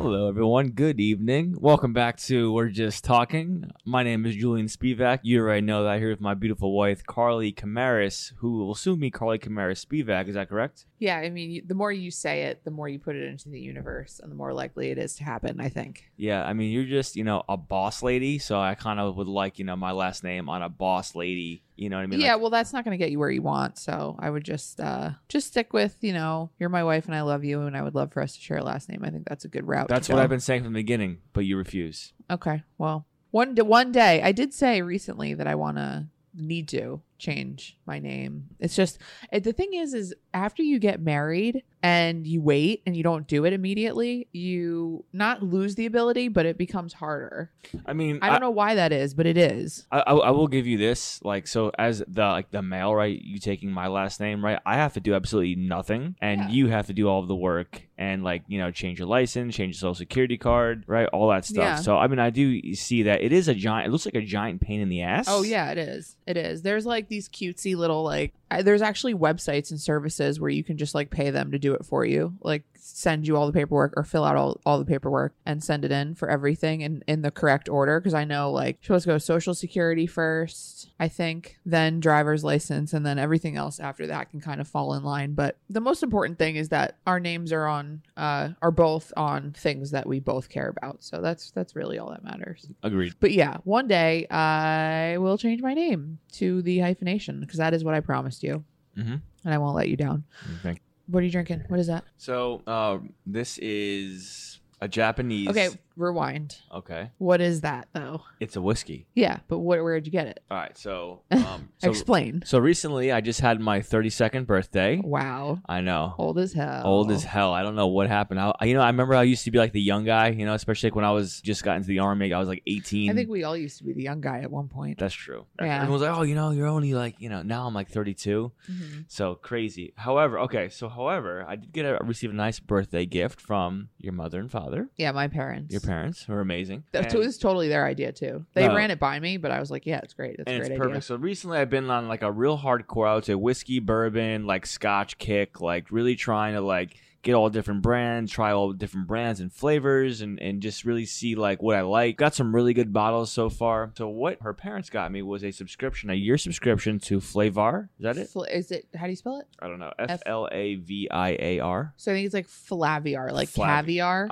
everyone. Good evening. Welcome back to We're Just Talking. My name is Julian Spivak. You already know that I'm here with my beautiful wife, Carly Camaris, who will soon be Carly Camaris Spivak. Is that correct? Yeah, I mean, you- the more you say it, the more you put it into the universe, and the more likely it is to happen. I think. Yeah, I mean, you're just, you know, a boss lady. So I kind of would like, you know, my last name on a boss lady. You know what I mean? yeah, Like, well, that's not going to get you where you want, so I would just uh just stick with you know, you're my wife and I love you, and I would love for us to share a last name. I think that's a good route. that's what I've been saying from the beginning, but you refuse. been. Okay, well, one d- one day I did say recently that I want to need to change my name. It's just eh, the thing is, is after you get married and you wait and you don't do it immediately, you not lose the ability, but it becomes harder. I mean, I don't know why that is, but it is. I, I I will give you this like so as the like the male right you taking my last name right I have to do absolutely nothing and Yeah. you have to do all of the work and like you know change your license change your social security card right all that stuff Yeah. so I mean I do see that it is a giant it looks like a giant pain in the ass Oh yeah, it is. It is. There's like these cutesy little like. I, there's actually websites and services where you can just like pay them to do it for you, like send you all the paperwork or fill out all, all the paperwork and send it in for everything in in the correct order. Because I know like you're supposed to go social security first, I think, then driver's license, and then everything else after that can kind of fall in line. But the most important thing is that our names are on uh are both on things that we both care about. So that's that's really all that matters. agreed But yeah, one day I will change my name to the hyphenation because that is what I promised you. Mhm. And I won't let you down. Thank- What are you drinking? What is that? so uh, this is a Japanese Okay, rewind. okay What is that though? it's a whiskey Yeah, but what, where did you get it? all right so um so, Explain. Oh. so recently I just had my 32nd birthday Wow. I know Old as hell. old as hell. I don't know what happened. I, you know, I remember I used to be like the young guy. You know, especially like when I was just got into the army. I was like eighteen. I think we all used to be the young guy at one point. that's true. Yeah. Everyone was like, "Oh, you know, you're only like, you know." Now I'm like 32, Mhm. so crazy. However, okay, so however, I did get a receive a nice birthday gift from your mother and father, Yeah, my parents. your parents, who are amazing. That And- was totally their idea too. They No. ran it by me, but I was like, yeah, it's great. That's a and great it's perfect. So recently, I've been on like a real hardcore. I would say whiskey, bourbon, like Scotch kick, like really trying to like get all different brands, try all different brands and flavors, and and just really see like what I like. Got some really good bottles so far. So what her parents got me was a subscription, a year subscription to Flavar. Is that idea. it? Fl- Is it, how do you spell it? I don't know. F L A V I A R. So I think it's like Flaviar, like Flavi- caviar,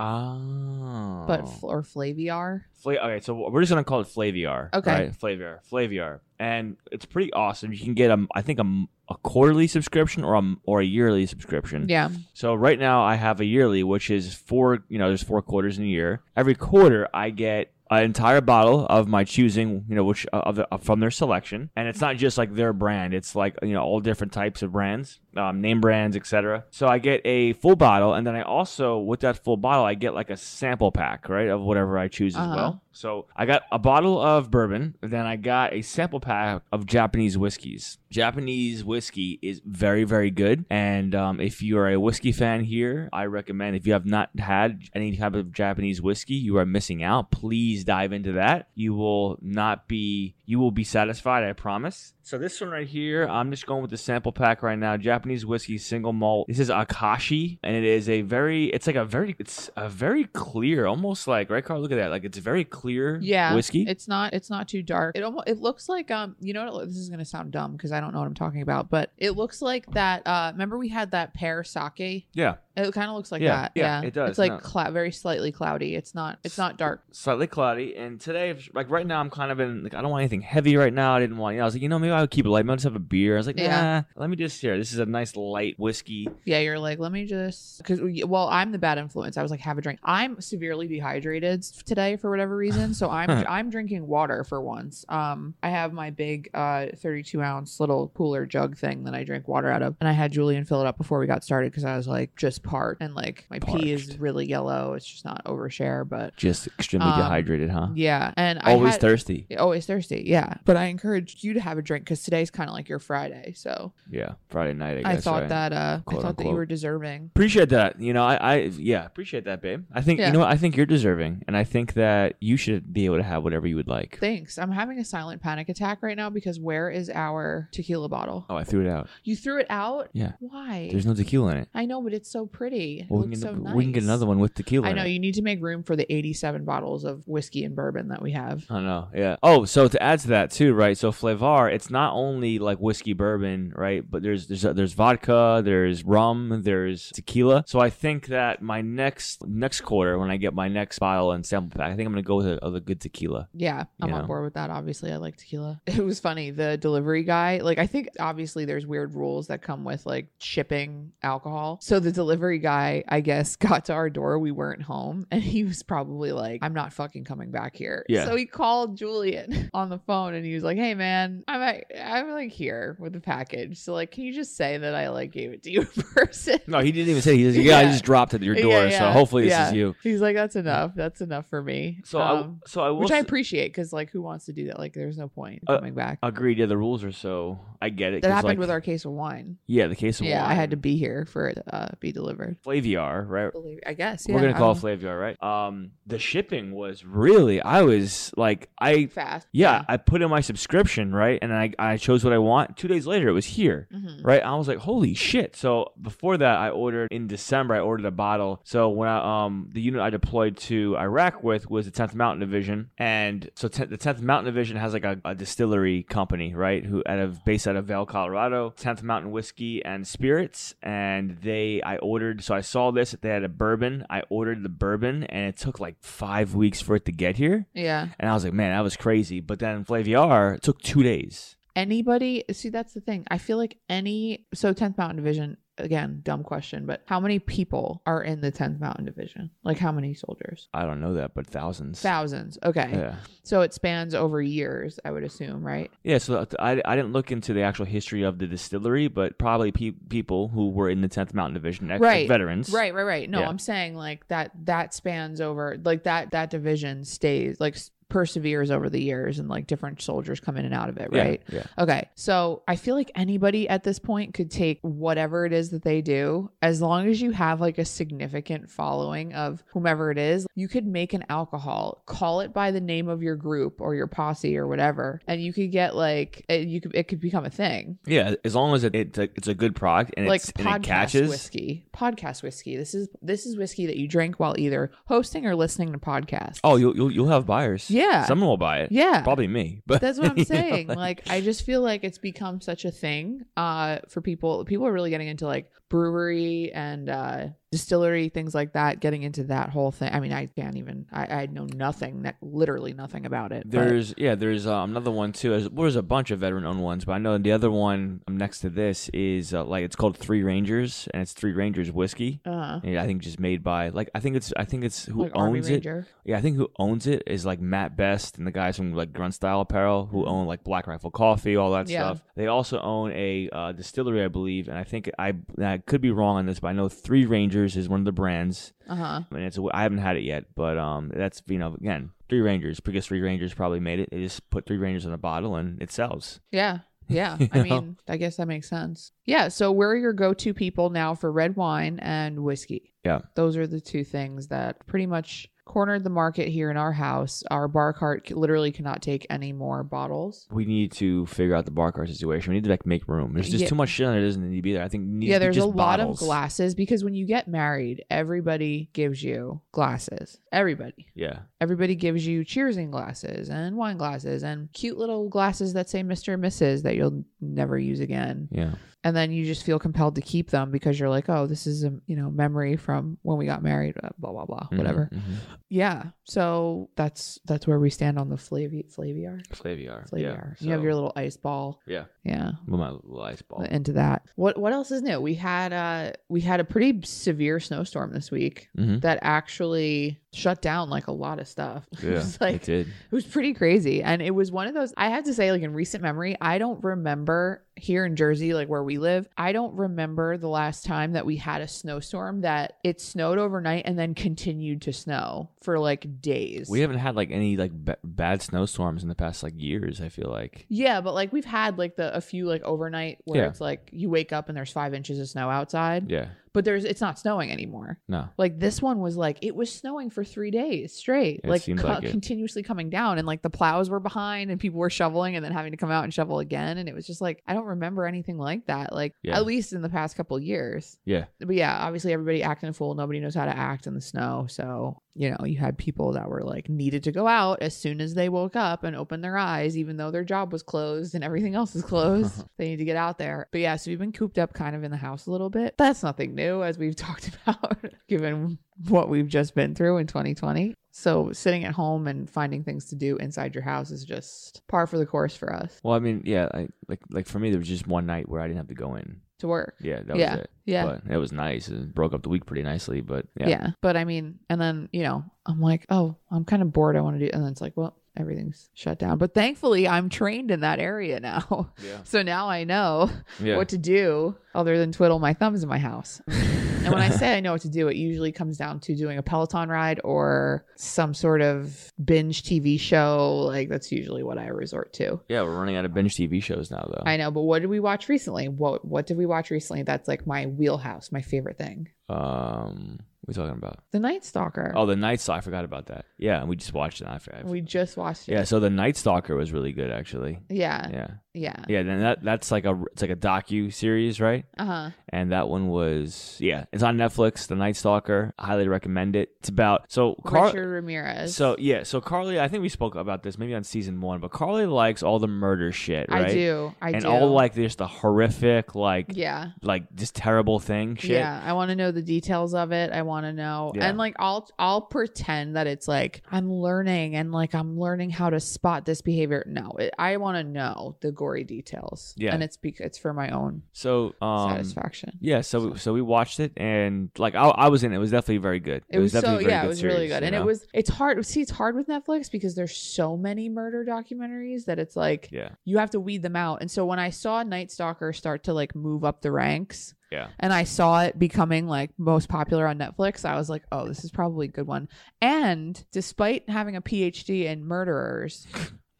Oh. but, fl- or Flaviar. Fla- okay, so we're just gonna call it Flaviar. Okay. right? Flaviar, Flaviar, and it's pretty awesome. You can get um, I think a, m- a quarterly subscription or a m- or a yearly subscription. Yeah. So right now I have a yearly, which is four. You know, there's four quarters in a year. Every quarter I get an entire bottle of my choosing. You know, which uh, of the, uh, from their selection, and it's not just like their brand. It's like you know all different types of brands, um, name brands, etc. So I get a full bottle, and then I also with that full bottle I get like a sample pack, right, of whatever I choose as Uh-huh. well. So I got a bottle of bourbon, then I got a sample pack of Japanese whiskeys. Japanese whiskey is very, very good, and um, if you are a whiskey fan here, I recommend. If you have not had any type of Japanese whiskey, you are missing out. Please dive into that. You will not be, you will be satisfied. I promise. So this one right here, I'm just going with the sample pack right now. Japanese whiskey single malt. This is Akashi, and it is a very, it's like a very, it's a very clear, almost like right, Carl. Look at that. Like it's very clear. Yeah. Whiskey. It's not it's not too dark. It almost it looks like um you know what it lo- this is going to sound dumb cuz I don't know what I'm talking about, but it looks like that uh remember we had that pear sake? yeah, It kind of looks like Yeah, that. yeah, it does, It's like no. clou- very slightly cloudy. It's not it's not dark. slightly cloudy. And today, like right now, I'm kind of in. Like I don't want anything heavy right now. I didn't want. You know, I was like, you know, maybe I would keep it light. Maybe I'll just have a beer. I was like, Yeah. nah. Let me just here. This is a nice light whiskey. Yeah, you're like, let me just cuz well, I'm the bad influence. I was like, have a drink. I'm severely dehydrated s- today for whatever reason, so I'm I'm drinking water for once. Um I have my big uh 32 ounce little cooler jug thing that I drink water out of, and I had Julian fill it up before we got started cuz I was like just part and like my pee is Parched. really yellow. It's just not overshare, but Just extremely Um, dehydrated, huh? yeah, and I Always had- thirsty. Always thirsty, yeah. But I encouraged you to have a drink because today's kind of like your Friday, so Yeah, Friday night. I I, guess. thought right? that uh, I Quote, thought that you unquote. were deserving. Appreciate that. You know, I, I yeah, appreciate that, babe. I think Yeah. you know what? I think you're deserving, and I think that you should be able to have whatever you would like. Thanks. I'm having a silent panic attack right now because where is our tequila bottle? oh, I threw it out. You threw it out? Yeah. Why? There's no tequila in it. I know, but it's so pretty. Well, it we, can, looks so nice. we can get another one with tequila. I in know it. you need to make room for the 87 bottles of whiskey and bourbon that we have. I know, yeah. Oh, so to add to that too, right? So Flevar, it's not only like whiskey bourbon, right? But there's there's uh, there's vodka, there's rum, there's tequila. So I think that my next next quarter, when I get my next bottle and sample pack, I think I'm gonna go with a, with a good tequila. Yeah, I'm Yeah. on board with that. Obviously, I like tequila. It was funny. The delivery guy, like, I think obviously there's weird rules that come with like shipping alcohol. So the delivery guy, I guess, got to our door. We weren't home. And he was probably like, I'm not fucking coming back here. Yeah. So he called Julian on the phone and he was like, Hey, man, I'm, at, I'm like here with the package. So, like, can you just say that I like gave it to you in person? No, he didn't even say. He just, yeah, I Yeah. just dropped it at your Yeah, door. So yeah, hopefully this yeah. is you. He's like, That's enough. That's enough for me. So Um, I so I will which I s- appreciate because like who wants to do that? Like there's no point in Uh, coming back. agreed. Yeah, the rules are so I get it. that 'cause, happened like, with our case of wine. yeah the case of yeah, I wine. had to be here for it to uh, be delivered. Flaviar, right? I guess We're gonna call it Flaviar, right? Um, the shipping was really. I was like, I fast. yeah, I put in my subscription, right? And I, I chose what I want. Two days later, it was here, Mhm. right? I was like, holy shit. So before that, I ordered in December, I ordered a bottle. So when I, um, the unit I deployed to Iraq with was the 10th Mountain Division. And so 10th the 10th Mountain Division has like a, a distillery company, right? Who out of, based out of Vail, Colorado, 10th Mountain Whiskey and Spirits. And they, I ordered, so I saw this, they had a bourbon. I ordered the bourbon and it took like five weeks for it to get here. Yeah. And I was like, man, that was crazy. But then Flaviar took two days. Anybody see that's the thing. I feel like any so 10th Mountain Division again, dumb question, but how many people are in the 10th Mountain Division? Like how many soldiers? I don't know that, but thousands. Thousands. Okay. Yeah. So it spans over years, I would assume, right? Yeah. So I, I didn't look into the actual history of the distillery, but probably pe- people who were in the 10th Mountain Division, ex- Right. veterans. Right, right, right. No, Yeah. I'm saying like that that spans over like that that division stays like s- perseveres over the years and like different soldiers come in and out of it, Yeah, right? Yeah. Okay. So, I feel like anybody at this point could take whatever it is that they do as long as you have like a significant following of whomever it is. You could make an alcohol, call it by the name of your group or your posse or whatever, and you could get like it, you could it could become a thing Yeah. As long as it, it's a- it's a good product and, like it's, podcast and it catches. whiskey. Podcast whiskey. This is this is whiskey that you drink while either hosting or listening to podcasts. Oh, you'll, you'll, you'll have buyers. Yeah. Someone will buy it. yeah. Probably me. But That's what you I'm know, saying. like I just feel like it's become such a thing uh for people. People are really getting into like brewery and uh distillery things like that, getting into that whole thing. I mean, I can't even I, I know nothing, that literally nothing about it. but- There's yeah, there's uh, another one too. There's, well, there's a bunch of veteran-owned ones, but I know the other one um, next to this is uh, like it's called Three Rangers, and it's Three Rangers whiskey. uh And I think just made by like I think it's I think it's who like Army owns it. Ranger. Yeah, I think who owns it is like Matt Best and the guys from like Grunt Style Apparel who own like Black Rifle Coffee, all that Mm-hmm. Yeah. stuff. They also own a uh, distillery, I believe, and I think I I could be wrong on this, but I know Three Rangers is one of the brands Uh-huh. and it's I haven't had it yet, but um, that's you know again three rangers because three rangers probably made it. They just put three rangers in a bottle and it sells. Yeah. Yeah. You I know? mean, I guess that makes sense. Yeah. So we're your go to people now for red wine and whiskey. Yeah. Those are the two things that pretty much cornered the market here in our house. Our bar cart c- literally cannot take any more bottles. We need to figure out the bar cart situation. We need to like make room. There's just Yeah. too much shit on it that doesn't need to be there. I think it needs yeah, to be there's a just lot bottles. of glasses because when you get married, everybody gives you glasses. Everybody. Yeah, Everybody gives you cheersing glasses and wine glasses and cute little glasses that say Mr. and Mrs. that you'll never use again. yeah. and then you just feel compelled to keep them because you're like oh this is a you know memory from when we got married uh, blah blah blah whatever Mm-hmm. yeah so that's that's where we stand on the flavi flaviar Flaviar. flaviar Yeah. you have so- your little ice ball Yeah. yeah with my little ice ball. into that what what else is new we had uh we had a pretty severe snowstorm this week Mhm. that actually shut down like a lot of stuff it Yeah, was like it did. it was pretty crazy. And it was one of those, I have to say, like in recent memory, I don't remember here in Jersey, like where we live, I don't remember the last time that we had a snowstorm that it snowed overnight and then continued to snow for like days. We haven't had like any like b- bad snowstorms in the past like years. I feel like. yeah, but like we've had like the a few like overnight where Yeah. it's like you wake up and there's five inches of snow outside. Yeah. But there's it's not snowing anymore. No. Like this one was like it was snowing for three days straight, It like, seemed co- like it. continuously coming down, and like the plows were behind, and people were shoveling, and then having to come out and shovel again, and it was just like I don't remember anything like that, like Yeah. at least in the past couple years. Yeah. but yeah, obviously everybody acting a fool. Nobody knows how to act in the snow, so you know you had people that were like needed to go out as soon as they woke up and opened their eyes, even though their job was closed and everything else is closed. they need to get out there. But yeah, so we've been cooped up kind of in the house a little bit. That's nothing new, as we've talked about, given what we've just been through in 2020. So sitting at home and finding things to do inside your house is just par for the course for us Well, I mean, yeah, I, like like for me, there was just one night where I didn't have to go in. to work. Yeah, that yeah, was it. yeah. But it was nice. It broke up the week pretty nicely. But yeah. yeah, But I mean, and then, you know, I'm like, oh, I'm kind of bored. I want to do, and then it's like, well, everything's shut down. But thankfully, I'm trained in that area now. yeah, So now I know yeah. what to do other than twiddle my thumbs in my house. And when I say I know what to do, it usually comes down to doing a Peloton ride or some sort of binge TV show. Like, that's usually what I resort to. yeah, we're running out of binge TV shows now, though. I know, but what did we watch recently? What what did we watch recently? That's like my wheelhouse, my favorite thing. um, what are we talking about? The Night Stalker. Oh, the Night Stalker. I forgot about that. Yeah, and we just watched it. I forgot. we just watched it. yeah, so the Night Stalker was really good, actually. Yeah. Yeah, Yeah. yeah. Then that that's like a it's like a docu series, right? Uh huh. and that one was yeah it's on netflix the night stalker I highly recommend it it's about so Car- Richard Ramirez. so yeah so carly i think we spoke about this maybe on season one but carly likes all the murder shit right I do. I and do. all like this the horrific like Yeah. like this terrible thing shit Yeah. I want to know the details of it. I want to know. Yeah. And like I'll I'll pretend that it's like I'm learning and like I'm learning how to spot this behavior. No, it, I want to know the gory details. Yeah. And it's because it's for my own so um satisfaction. yeah so so we watched it and like I, I was in it. it was definitely very good It was, so definitely a very yeah, good it was series, really good, you and it know? was it's hard. See, it's hard with Netflix because there's so many murder documentaries that it's like yeah you have to weed them out. And so when I saw Night Stalker start to like move up the ranks, Yeah. and I saw it becoming like most popular on Netflix, I was like, oh, this is probably a good one. And despite having a PhD in murderers,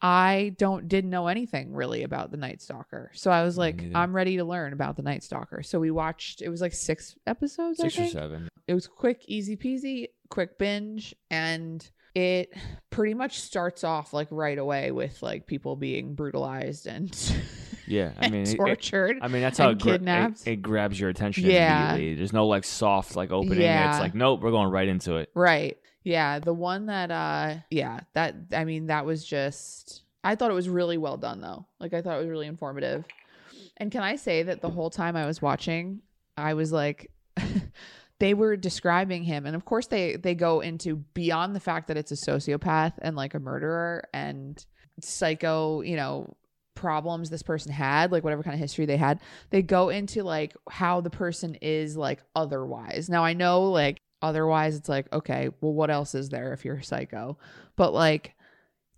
I don't didn't know anything really about the Night Stalker. So I was Me like, neither. I'm ready to learn about the Night Stalker. So we watched it was like six episodes, six I or think seven it was quick, easy peasy, quick binge, and it pretty much starts off like right away with like people being brutalized and, yeah i mean and it- it- tortured. I mean, that's and how it, gra- it, kidnapped. it grabs your attention Yeah. immediately. There's no like soft like opening. Yeah. It's like nope, we're going right into it. right. Yeah, the one that uh yeah, that I mean that was just I thought it was really well done though. Like I thought it was really informative. And can I say that the whole time I was watching, I was like they were describing him and of course they they go into beyond the fact that it's a sociopath and like a murderer and psycho, you know, problems this person had, like whatever kind of history they had. They go into like how the person is like otherwise. Now I know like otherwise it's like okay, well what else is there if you're a psycho? But like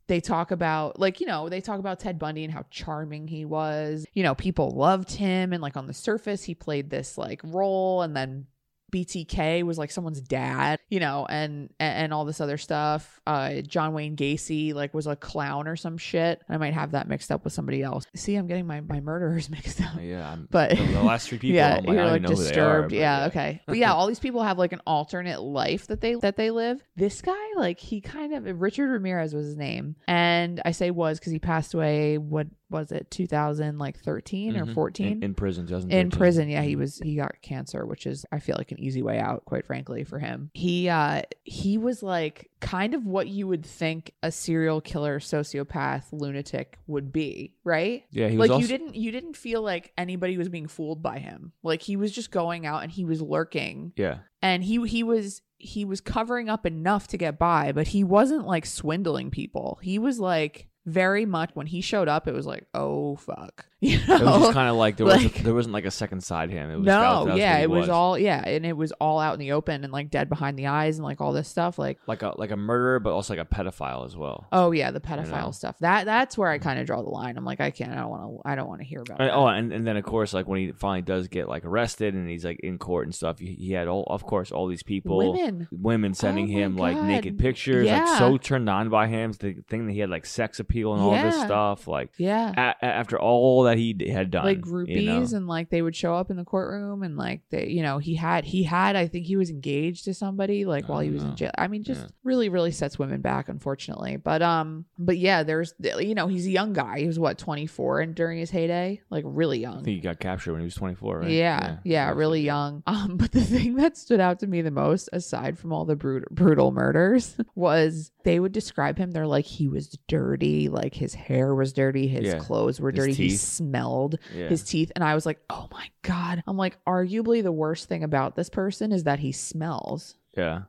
they talk about like you know they talk about ted bundy and how charming he was you know people loved him and like on the surface he played this like role and then btk was like someone's dad you know and and, and all this other stuff uh john wayne gacy like was a clown or some shit i might have that mixed up with somebody else see i'm getting my my murderers mixed up Uh, Yeah, I'm, but the the last three people. yeah, I'm like, I you're don't even like know Who they are, disturbed. but yeah, okay. But yeah, all these people have like an alternate life that they that they live. This guy, like, he kind of Richard Ramirez was his name, and I say was because he passed away. What was it, 2000, like 13 Mhm. or In- 14? in, prison. Mm-hmm. 2013. in prison yeah he was he got cancer which is i feel like an easy way out quite frankly for him he uh he was like kind of what you would think a serial killer sociopath lunatic would be right Yeah, he was like also, you didn't you didn't feel like anybody was being fooled by him like he was just going out and he was lurking Yeah, and he he was he was covering up enough to get by but he wasn't like swindling people he was like very much when he showed up it was like oh fuck you know it was just kind of like there Oh. like- was there wasn't like a second side to him. It was that no was- that was yeah what he it was. all yeah and it was all out in the open and like dead behind the eyes and like all this stuff like like a like a murderer, but also like a pedophile as well. oh yeah the know. pedophile stuff that that's where i kind of draw the line i'm like i can't i don't want to i don't want to hear about And- that. oh, and, and then of course, like when he finally does get like arrested and he's like in court and stuff, he, he had all, of course, all these people, women women sending Oh my him like God. naked pictures, Yeah. like so turned on by him. The thing that he had like sex appeal and all this Yeah. stuff. Like yeah a- a- after all that that he d- had done. like you know? groupies and like they would show up in the courtroom and like they you know he had he had i think he was engaged to somebody like while he was Oh, in jail i mean just yeah. really really sets women back unfortunately but um but yeah there's you know he's a young guy he was what 24 and during his heyday like really I young think he got captured when he was 24, right? Yeah, yeah, really young. Um, but the thing that stood out to me the most, aside from all the brut- brutal murders, was they would describe him. They're like he was dirty, like his hair was dirty, his Yeah. clothes were His dirty, he teeth. smelled Yeah. his teeth, and I was like, oh my god. I'm like, arguably the worst thing about this person is that he smells. yeah.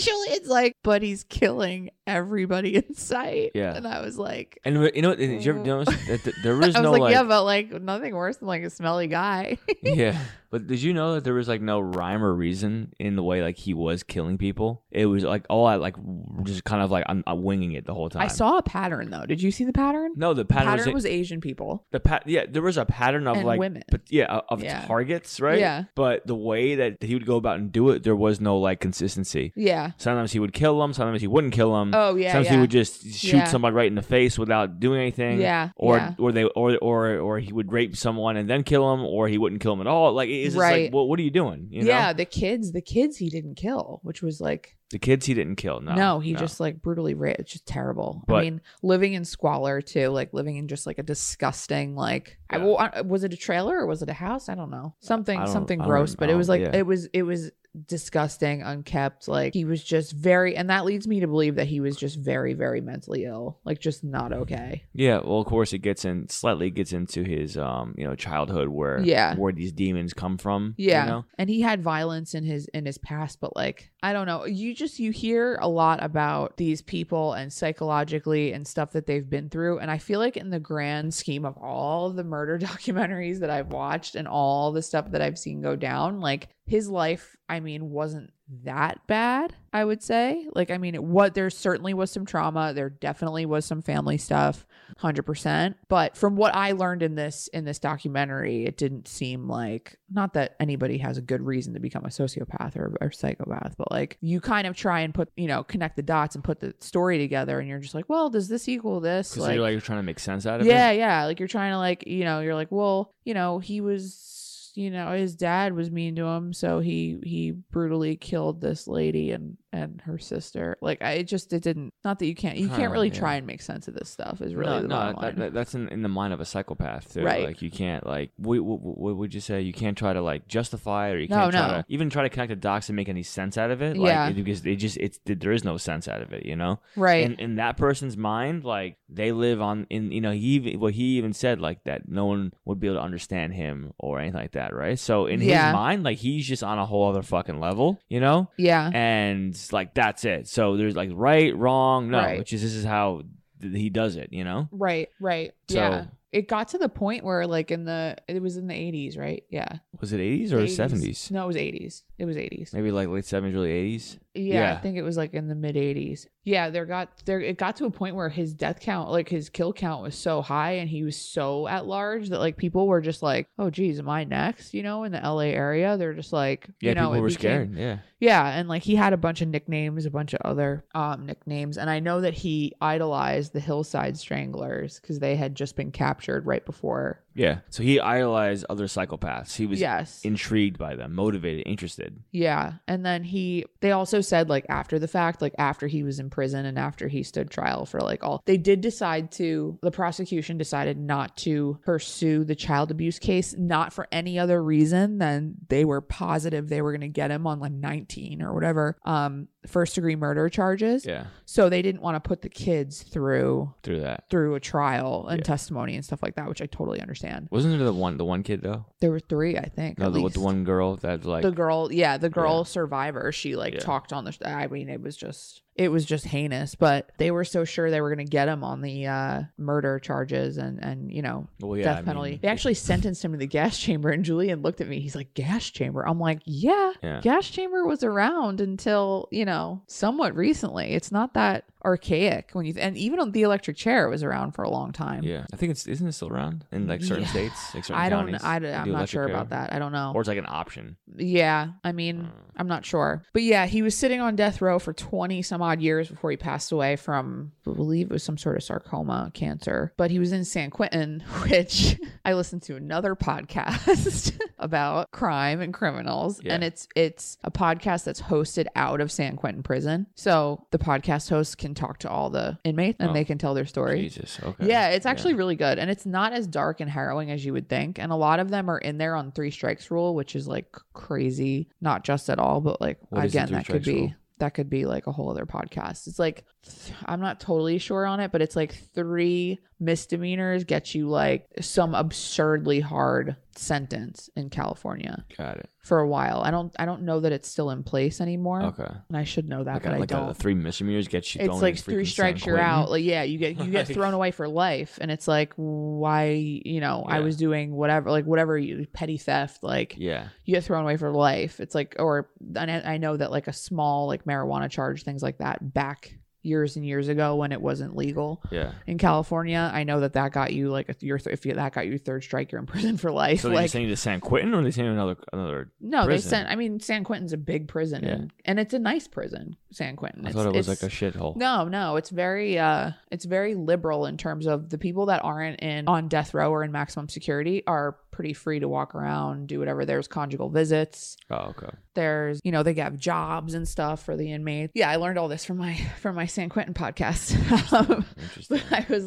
Julie, it's like, but he's killing everybody in sight. Yeah. and I was like. And you know, what- did you ever Mm. notice that th- there was I was no like, like, yeah, but like nothing worse than like a smelly guy. yeah. But did you know that there was like no rhyme or reason in the way like he was killing people? It was like all I like just kind of like I'm, I'm winging it the whole time. I saw a pattern though. Did you see the pattern? no the pattern, pattern was, was Asian people the pat yeah there was a pattern of and like women. but yeah of Yeah. targets right Yeah. but the way that he would go about and do it there was no like consistency. yeah. Sometimes he would kill them. Sometimes he wouldn't kill them. Oh yeah. Mm. sometimes Yeah. he would just shoot Yeah. somebody right in the face without doing anything. yeah. or yeah. or they or or or he would rape someone and then kill him, or he wouldn't kill him at all. Like it's just like, Right. well, what are you doing? You know? Yeah, the kids, the kids he didn't kill, which was like the kids he didn't kill. No, no, he just like brutally raped. It's just terrible. But- I mean, living in squalor too, like living in just like a disgusting like I- Yeah. well, I, was it a trailer or was it a house? I don't know. Something I don't- something I don't gross, but it know. was like Yeah. it was it was disgusting, unkept. Like he was just very and that leads me to believe that he was just very very mentally ill, like just not okay. yeah. Well, of course, it gets in slightly gets into his um you know childhood where Yeah. where these demons come from. you Yeah. know? And he had violence in his in his past, but like I don't know. You just you hear a lot about these people and psychologically and stuff that they've been through. And I feel like in the grand scheme of all the murder documentaries that I've watched and all the stuff that I've seen go down, like his life, I mean, wasn't that bad, I would say. Like, I mean, it, what there certainly was some trauma. There definitely was some family stuff hundred percent. But from what I learned in this in this documentary, it didn't seem like not that anybody has a good reason to become a sociopath or, or psychopath, but like you kind of try and put you know connect the dots and put the story together, and you're just like, well, does this equal this? Because you're like trying to make sense out of yeah, it. yeah. Like you're trying to like you know you're like, well, you know he was you know his dad was mean to him, so he he brutally killed this lady and and her sister. Like I it just it didn't. Not that you can't you Huh, can't really yeah. try and make sense of this stuff. Is really no, the no, bottom that- line. that- that's in, in the mind of a psychopath. Too. Right. Like you can't like what, what, what would you say? You can't try to like justify it, or you No, can't try no. to even try to connect the dots and make any sense out of it. Like, Yeah. it- because it just it's there is no sense out of it. You know. right. In in that person's mind, like they live on in you know he even, well he even said like that no one would be able to understand him or anything like that, right? So in Yeah. his mind, like he's just on a whole other fucking level, you know. yeah. And like that's it. So there's like right, wrong, no, Right. which is this is how th- he does it, you know. right. Right. So- yeah. It got to the point where, like, in the it was in the eighties, right? Yeah. was it 80s or The 80s. 70s? No, it was eighties. It was eighties. Maybe like late 70s, early 80s. Yeah, Yeah. I think it was like in the mid eighties. Yeah, there got there. It got to a point where his death count, like his kill count, was so high, and he was so at large that like people were just like, "Oh, geez, am I next?" You know, in the L.A. area, they're just like, Yeah, you know, people it were became- scared. Yeah, Yeah, and like he had a bunch of nicknames, a bunch of other um, nicknames, and I know that he idolized the Hillside Stranglers because they had just been captured right before. yeah. So he idolized other psychopaths. He was yes, intrigued by them, motivated, interested. yeah, and then he they also said like after the fact, like after he was in prison and after he stood trial for like all they did decide to the prosecution decided not to pursue the child abuse case, not for any other reason than they were positive they were going to get him on like nineteen or whatever um, first degree murder charges. Yeah, so they didn't want to put the kids through through that. through a trial and Yeah. testimony and stuff like that which i totally understand Wasn't there the one the one kid though? there were three i think No, at the, with least. the one girl that like the girl yeah the girl Yeah. survivor she like Yeah. talked on the sh- i mean it was just it was just heinous but they were so sure they were going to get him on the uh murder charges and and you know well, yeah, I death mean, penalty it- they actually sentenced him to the gas chamber and julian looked at me he's like gas chamber i'm like yeah yeah. gas chamber was around until you know somewhat recently it's not that archaic when you and even on the electric chair was around for a long time Yeah, I think it's isn't it still around in like certain Yeah. states, like certain i don't counties. I, They am do not electric sure chair. about that i don't know or it's like an option. yeah i mean Mm. i'm not sure but yeah he was sitting on death row for 20 some odd years before he passed away from, I believe it was some sort of sarcoma cancer. But he was in San Quentin, which I listened to another podcast about crime and criminals, Yeah. and it's it's a podcast that's hosted out of San Quentin prison. So the podcast host can talk to all the inmates, and Oh. they can tell their story. Jesus. Okay. Yeah, it's actually really good. And it's not as dark and harrowing as you would think. And a lot of them are in there on three strikes rule, which is like crazy. Not just at all, but like What is the again, three that could strikes be rule? that could be like a whole other podcast. It's like th- I'm not totally sure on it, but it's like three misdemeanors get you like some absurdly hard sentence in California Got it. for a while. I don't I don't know that it's still in place anymore. Okay. And I should know that, Like, but a, I like don't a three misdemeanors get you. it's thrown like in three freaking San strikes you're Quentin. out like yeah you get you get Like- thrown away for life and it's like why you know i Yeah. was doing whatever like whatever you petty theft like Yeah. you get thrown away for life it's like or and I, I know that like a small like marijuana charge things like that back years and years ago when it wasn't legal Yeah. in california i know that that got you like if your if you, that got you third strike you're in prison for life So they like just send you to San Quentin, or they send you another another. no prison. they sent i mean san quentin's a big prison Yeah. and, and it's a nice prison san quentin I It's- thought it was it's- like a shithole. No, no, it's very uh it's very liberal in terms of the people that aren't in on death row or in maximum security are pretty free to walk around, do whatever. There's conjugal visits. Oh, okay. There's, you know, they have jobs and stuff for the inmates. Yeah, I learned all this from my from my San Quentin podcast. Um, Interesting. but I was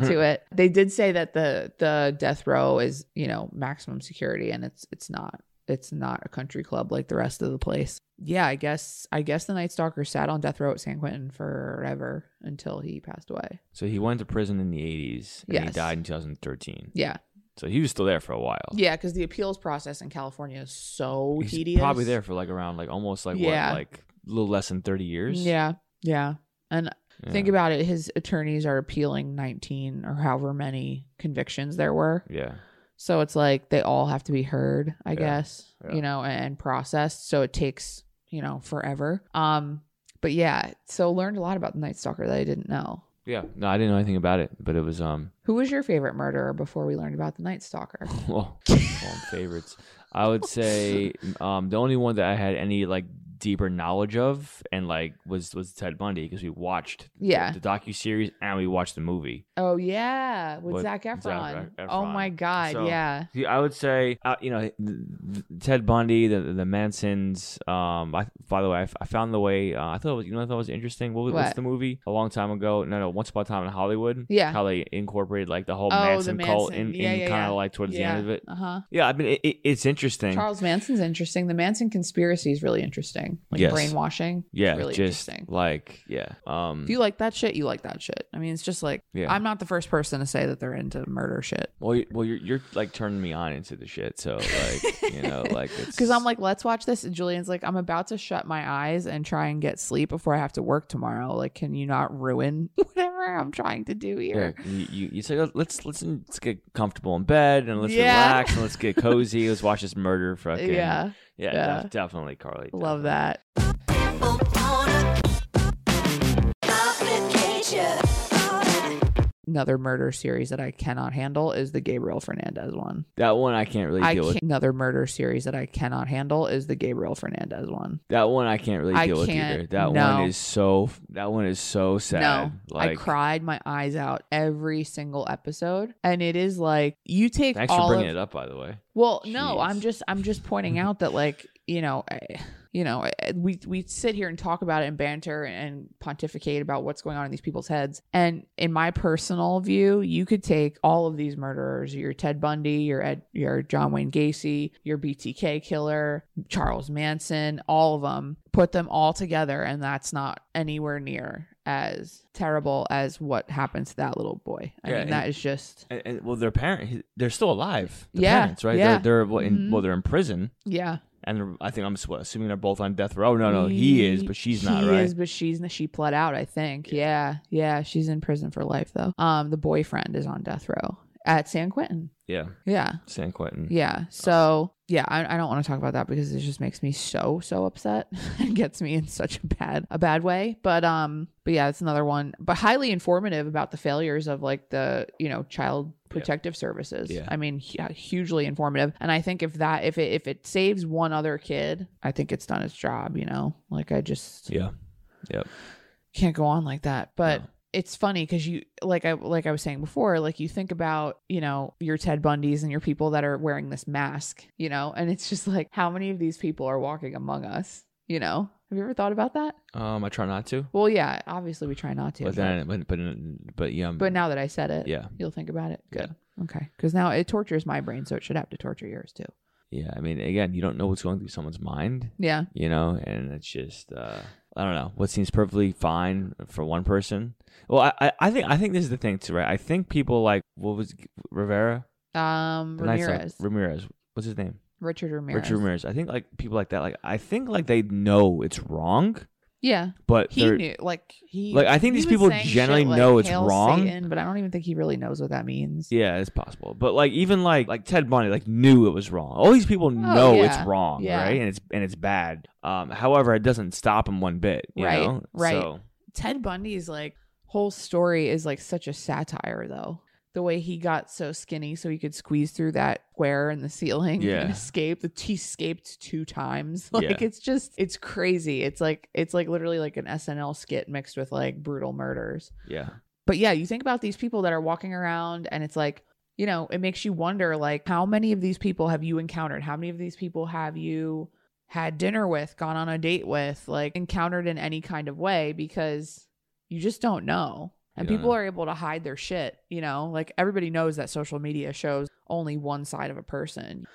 to it. They did say that the the death row is, you know, maximum security and it's it's not it's not a country club like the rest of the place. Yeah, I guess I guess the Night Stalker sat on death row at San Quentin forever until he passed away. So he went to prison in the 80s and he Yes. died in 2013. Yeah. So he was still there for a while. Yeah, cuz the appeals process in California is so He's tedious. probably there for like around like almost like Yeah. what like a little less than 30 years. Yeah. Yeah. And Yeah. think about it, his attorneys are appealing 19 or however many convictions there were. Yeah. So it's like they all have to be heard, I Yeah. guess, Yeah. you know, and, and processed. So it takes, you know, forever. Um, but yeah, so learned a lot about the Night Stalker that I didn't know. Yeah. No, I didn't know anything about it, but it was um Who was your favorite murderer before we learned about the Night Stalker? well, um, favorites. I would say um the only one that I had any like deeper knowledge of and like was was Ted Bundy because we watched Yeah. the docu series and we watched the movie. Oh yeah, with With Zach Zac Efron. Ef- Oh Efron. my god, So- yeah. Yeah, I would say, uh, you know, th- th- Ted Bundy, the the Mansons. Um, I, by the way, I, f- I found the way. Uh, I thought it was, you know, I thought it was interesting. What was what's What? the movie a long time ago? No, no, Once Upon a Time in Hollywood. Yeah. how they incorporated like the whole Oh, the Manson, cult Manson. in, Yeah, in yeah, kind yeah. of like towards Yeah. the end of it. Uh-huh. Yeah, I mean, it, it, it's interesting. Charles Manson's interesting. The Manson conspiracy is really interesting. Like Yes. brainwashing. it's yeah, really just interesting. like yeah, um, If you like that shit, you like that shit. I mean, it's just like yeah. I'm not the first person to say that they're into murder shit. well, you, well, you're you're like turning me on into the shit. So like, you know, like it's Because I'm like, let's watch this. And Julian's like, I'm about to shut my eyes and try and get sleep before I have to work tomorrow. Like, can you not ruin whatever I'm trying to do Yeah, here? you, you, you say "Oh, let's let's let's get comfortable in bed and let's Yeah. relax and let's get cozy. let's watch this murder Yeah. fucking yeah yeah, yeah. def- definitely Carly Love that. Another murder series that I cannot handle is the Gabriel Fernandez one. that one I can't really I deal with can't, another murder series that I cannot handle is the Gabriel Fernandez one. that one I can't really I deal with can't- either that no. one is so that one is so sad No, I like cried my eyes out every single episode, and it is like you take thanks all for bringing of it up by the way Well, no, Jeez. I'm just I'm just pointing out that like you know, I, you know, I- we we sit here and talk about it and banter and pontificate about what's going on in these people's heads. And in my personal view, you could take all of these murderers: your Ted Bundy, your Ed, your John Wayne Gacy, your BTK killer, Charles Manson, all of them. Put them all together, and that's not anywhere near as terrible as what happened to that little boy. I Yeah, mean, and- that is just and, and well their parent they're still alive the Yeah, parents right yeah. they're, they're what, in, Mhm. well they're in prison yeah. and they're- I think I'm s- what, assuming they're both on death row no no he is but she's not He right is, but she's she pled out. I think. Yeah. yeah, She's in prison for life though. Um, the boyfriend is on death row at San Quentin. yeah Yeah, San Quentin yeah. So yeah, I, I don't want to talk about that because it just makes me so so upset. it gets me in such a bad a bad way. But um, but yeah, it's another one. But highly informative about the failures of like the you know child protective services. Yeah. I mean, hu- uh, hugely informative. And I think if that if it if it saves one other kid, I think it's done its job. You know, like I just yeah can't go on like that. But No. it's funny because you like I like I was saying before, like you think about you know your Ted Bundys and your people that are wearing this mask, you know, and it's just like how many of these people are walking among us, you know? Have you ever thought about that? Um, I try not to, Well, yeah, obviously we try not to, but then, but but but yeah, I'm- but now that I said it, yeah, you'll think about it. Yeah. Good, okay, because now it tortures my brain, so it should have to torture yours too. yeah. I mean, again, you don't know what's going through someone's mind, Yeah, you know, and it's just uh, I don't know what seems perfectly fine for one person. Well, I, I I think I think this is the thing too, right? I think people like what was Rivera, um, The Knights- Ramirez, Ramirez, what's his name? Richard Ramirez, Richard Ramirez. I think like people like that, like I think like they know it's wrong, yeah, but he they're, knew like he Like, I think he these was people saying shit generally like, know it's "Hail wrong." Satan," but i don't even think he really knows what that means Yeah, it's possible. But like even like like Ted Bundy like knew it was wrong. All these people know Oh, yeah. it's wrong, Yeah. right? And it's and it's bad. Um, however, it doesn't stop him one bit. You Right, Know? right. So, ted bundy's like whole story is like such a satire though the way he got so skinny so he could squeeze through that square in the ceiling Yeah. and escape the he escaped two times like Yeah. it's just it's crazy it's like it's like literally like an snl skit mixed with like brutal murders yeah. But yeah, you think about these people that are walking around and it's like, you know, it makes you wonder like how many of these people have you encountered? How many of these people have you had dinner with, gone on a date with, like encountered in any kind of way because you just don't know. And You don't people know. are able to hide their shit, you know? Like everybody knows that social media shows only one side of a person.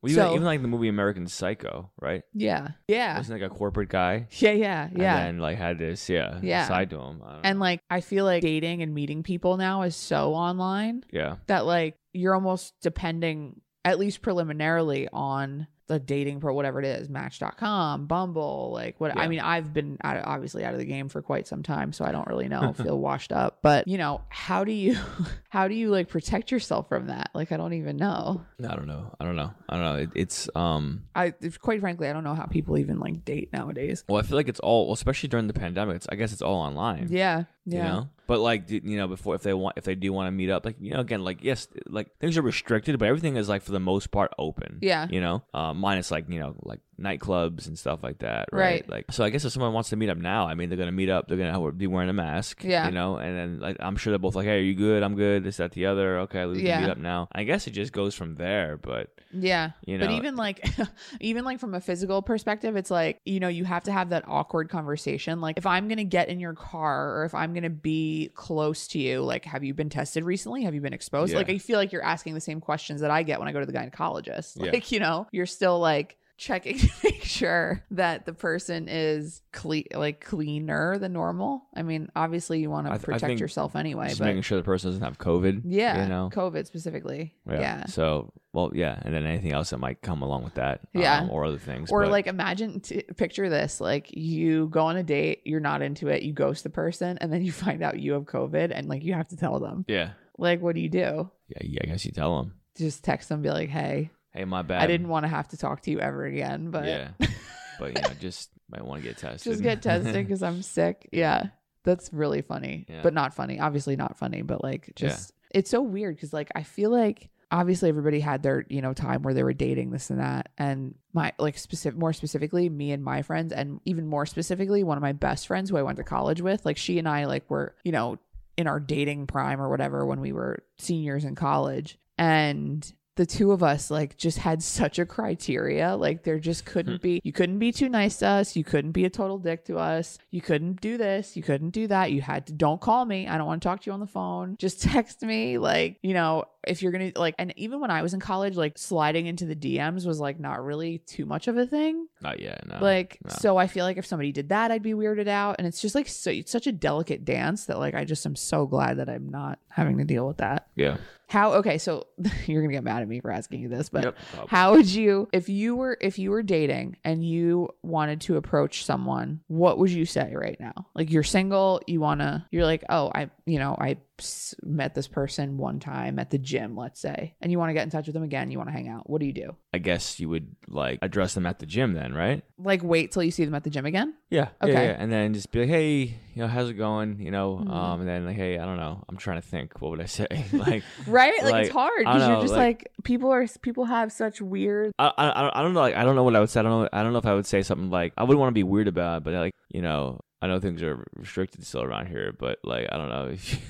Well, even, So- even like the movie American Psycho, right? Yeah. Yeah. Wasn't like a corporate guy. Yeah, yeah, yeah. And then like had this yeah Yeah. side to him. I don't and know. like I feel like dating and meeting people now is so online. yeah that like you're almost depending at least preliminarily on the dating for whatever it is match.com bumble like what Yeah. i mean i've been out of, obviously out of the game for quite some time so i don't really know feel washed up but you know how do you how do you like protect yourself from that like i don't even know I don't know I don't know I don't know it, it's um i if- quite frankly i don't know how people even like date nowadays well I feel like it's all well, especially during the pandemic it's, I guess it's all online yeah yeah you know but like d- you know before if they want if they do want to meet up like you know again like yes like things are restricted but everything is like for the most part open Yeah. you know uh, minus like you know like nightclubs and stuff like that right? Right. like so i guess if someone wants to meet up now i mean they're gonna meet up they're gonna be wearing a mask Yeah. you know and then like i'm sure they're both like hey are you good i'm good this that the other okay we Yeah. can meet up now i guess it just goes from there but Yeah. You but know- even like even like from a physical perspective, it's like, you know, you have to have that awkward conversation. Like if I'm gonna get in your car or if I'm gonna be close to you, like have you been tested recently? Have you been exposed? Yeah. Like I feel like you're asking the same questions that I get when I go to the gynecologist. Yeah. Like, you know, you're still like checking to make sure that the person is clean like cleaner than normal. I mean, obviously you want I to th- I protect think yourself anyway, just making but sure the person doesn't have covid yeah, you know COVID specifically. yeah. so well yeah and then anything else that might come along with that um, Yeah. or other things Or but- like imagine t- picture this like you go on a date, you're not into it, you ghost the person and then you find out you have COVID and like you have to tell them. yeah Like what do you do? Yeah, yeah, I guess you tell them, Just text them be like, "Hey, "Hey, my bad." I didn't want to have to talk to you ever again, but yeah, but you know, just might want to get tested. just get tested cuz I'm sick." Yeah. That's really funny. Yeah. But not funny. Obviously not funny, but like Yeah. just it's so weird cuz like I feel like obviously everybody had their, you know, time where they were dating this and that and my like specific more specifically me and my friends and even more specifically one of my best friends who I went to college with, like she and I like were, you know, in our dating prime or whatever when we were seniors in college and the two of us like just had such a criteria like there just couldn't be you couldn't be too nice to us you couldn't be a total dick to us you couldn't do this you couldn't do that you had to don't call me i don't want to talk to you on the phone just text me like you know if you're gonna like and even when i was in college like sliding into the dms was like not really too much of a thing Not yet. No. like no. so i feel like if somebody did that i'd be weirded out and it's just like so it's such a delicate dance that like i just am so glad that i'm not having to deal with that yeah. how okay so you're gonna get mad at me for asking you this but Yep. Probably. how would you if you were if you were dating and you wanted to approach someone what would you say right now like you're single you wanna you're like oh i you know i s- met this person one time at the gym let's say and you want to get in touch with them again you want to hang out what do you do I guess you would like address them at the gym then, right? like wait till you see them at the gym again Yeah. Okay. Yeah, yeah. And then just be like, hey, you know, how's it going? You know, Mhm. um, and then like, hey, I don't know. I'm trying to think. What would I say? like, right like, Like, it's hard I because know, you're just like- like, people are people have such weird I, I, I don't know. Like, I don't know what I would say. I don't know. I don't know if I would say something like I wouldn't want to be weird about, it, but like, you know, I know things are restricted still around here, but like I don't know if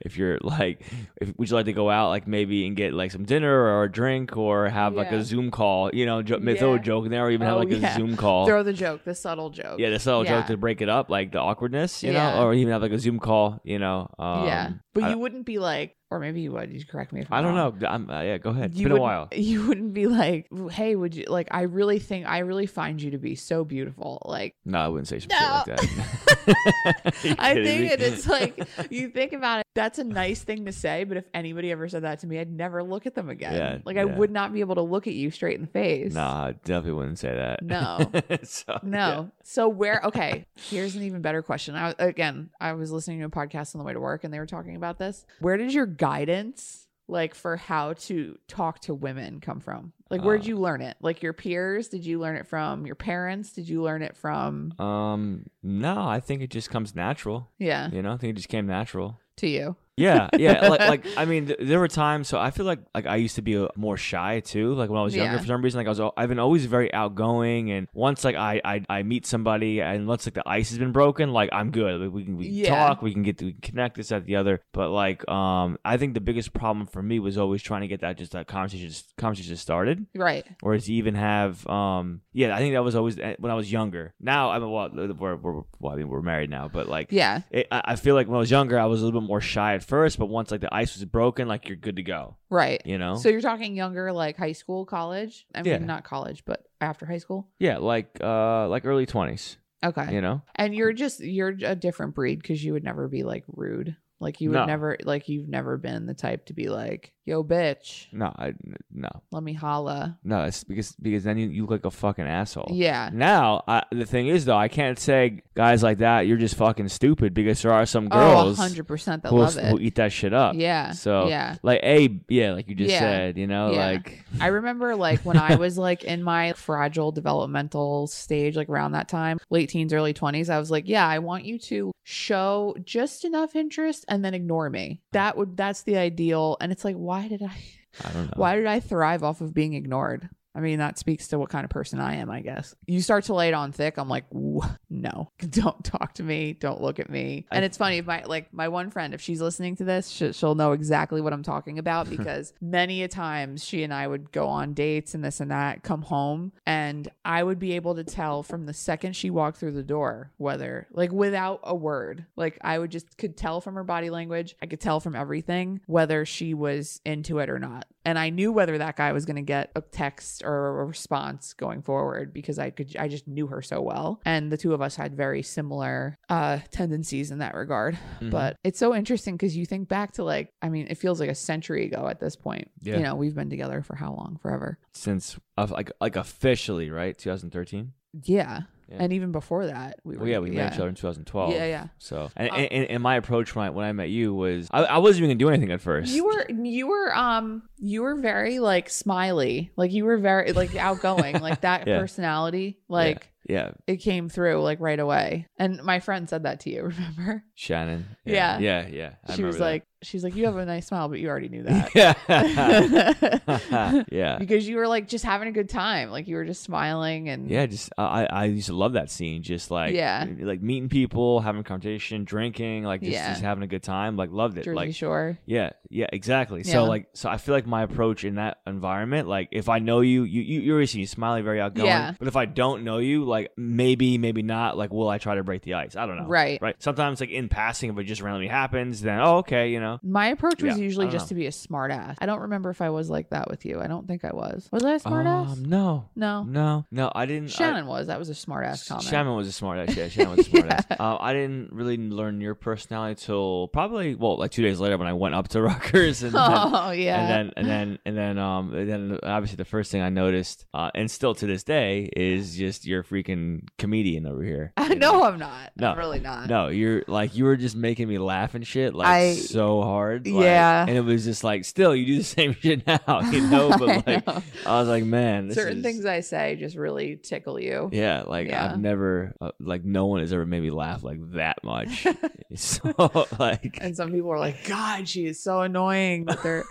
if you're like if would you like to go out like maybe and get like some dinner or a drink or have like Yeah. a Zoom call, you know, jo- may throw a Yeah. joke in there or even have Oh, like a yeah. Zoom call. Throw the joke, the subtle joke. yeah, that's all Yeah. joke to break it up, like the awkwardness, you Yeah. know, or even have like a Zoom call, you know. Um, yeah. But I- you wouldn't be like, or maybe you would. You correct me if I'm I don't wrong. know. I'm, uh, yeah, go ahead. It's you been a wouldn't- while. You wouldn't be like, hey, would you like? I really think I really find you to be so beautiful. Like, No, I wouldn't say some No. shit like that. You I kidding think me? it is like you think about it. That's a nice thing to say, but if anybody ever said that to me, I'd never look at them again. Yeah, like I yeah. would not be able to look at you straight in the face. Nah, I definitely wouldn't say that. No. So, yeah. No. So where? Okay, here's an even better question. I, again, I was listening to a podcast on the way to work, and they were talking about this. Where did your guidance, like for how to talk to women, come from? Like, where did Uh. you learn it? Like your peers? Did you learn it from your parents? Did you learn it from? Um, no, I think it just comes natural. Yeah, You know, I think it just came natural. to you. Yeah, yeah. like, like I mean, th- there were times. So I feel like like I used to be uh, more shy too. Like when I was younger, Yeah. for some reason, like I was, al- I've been always very outgoing. And once like I I, I meet somebody, and once like the ice has been broken, like I'm good. Like, we can we can Yeah. talk, we can get to we can connect this at the other. But like um, I think the biggest problem for me was always trying to get that just that conversation conversation started Right. or to even have um yeah i think that was always eh, when i was younger now i mean well we're, we're well, i mean we're married now but like Yeah. it, i I feel like when i was younger i was a little bit more shy at first but once like the ice was broken like you're good to go Right. you know So you're talking younger, like high school, college. I mean, Yeah. not college, but after high school. yeah like uh like early 20s Okay. you know And you're just you're a different breed because you would never be like rude. Like you would No. never like you've never been the type to be like, "Yo, bitch, no I, no let me holla." no it's because because then you, you look like a fucking asshole Yeah. now I, the thing is though i can't say guys like that you're just fucking stupid because there are some Oh, girls hundred percent. That who will, love who it. eat that shit up Yeah. so yeah, like a yeah like you just Yeah. said you know Yeah. like I remember like when I was like in my fragile developmental stage, like around that time, late teens, early twenties. I was like, "Yeah, I want you to show just enough interest and then ignore me." That would that's the ideal. And it's like, why did I? I don't know. Why did I thrive off of being ignored? I mean, that speaks to what kind of person I am, I guess. You start to lay it on thick. I'm like, "Ooh, no, don't talk to me. Don't look at me. And I- it's funny. If my, like my one friend, if she's listening to this, she, she'll know exactly what I'm talking about because many a times she and I would go on dates and this and that, come home and I would be able to tell from the second she walked through the door, whether like without a word, like I would just could tell from her body language. I could tell from everything, whether she was into it or not. And I knew whether that guy was going to get a text or a response going forward because I could, I just knew her so well. And the two of us had very similar uh, tendencies in that regard. Mhm. But it's so interesting because you think back to like, I mean, it feels like a century ago at this point. Yeah. You know, we've been together for how long? Forever. since of like like officially right 2013 Yeah. Yeah. And even before that, we were. well yeah we met each other in 2012 Yeah, yeah. so and, Uh, and, and my approach when I, when I met you was I, I wasn't even gonna do anything at first You were you were um you were very like smiley. Like you were very like outgoing. like that Yeah. personality, like yeah it came through like right away. And my friend said that to you, remember? Shannon yeah yeah yeah, I she was remember like she's like you have a nice smile, but you already knew that. that. yeah yeah because you were like just having a good time. Like you were just smiling and yeah just I I I used to love that scene just like Yeah. like meeting people having conversation drinking like just, Yeah. just having a good time like loved it Jersey like Shore. Yeah, yeah, exactly. Yeah. So like, so I feel like my approach in that environment, like if I know you, you you you're easy, you smiley, very outgoing. Yeah. But if I don't know you, like maybe, maybe not. Like, will I try to break the ice? I don't know. Right. Right. Sometimes like in passing, if it just randomly happens, then oh okay, you know. My approach was Yeah, usually I don't just know. to be a smart ass. I don't remember if I was like that with you. I don't think I was. Was I a smart ass? Um, no, No. no, no. I didn't. I, Shannon was. That was a smart ass comment. Shaman was a smart ass. Yeah, Shaman was a smart Yeah. ass. Um, I didn't really learn your personality till probably well, like two days later when I went up to Rutgers and then- Oh yeah. And then and then and then um and then obviously the first thing I noticed uh, and still to this day is just you're a freaking comedian over here. you know? no, I'm not. No. I'm really not. No, you're like you were just making me laugh and shit like I- so hard. like- Yeah. And it was just like still you do the same shit now, you know, I but like know. I was like, man, this certain is- things I say just really tickle you. yeah, like Yeah. I've never, uh, like no one has ever made me laugh like that much. so like, And some people are like, God, she is so annoying. But they're,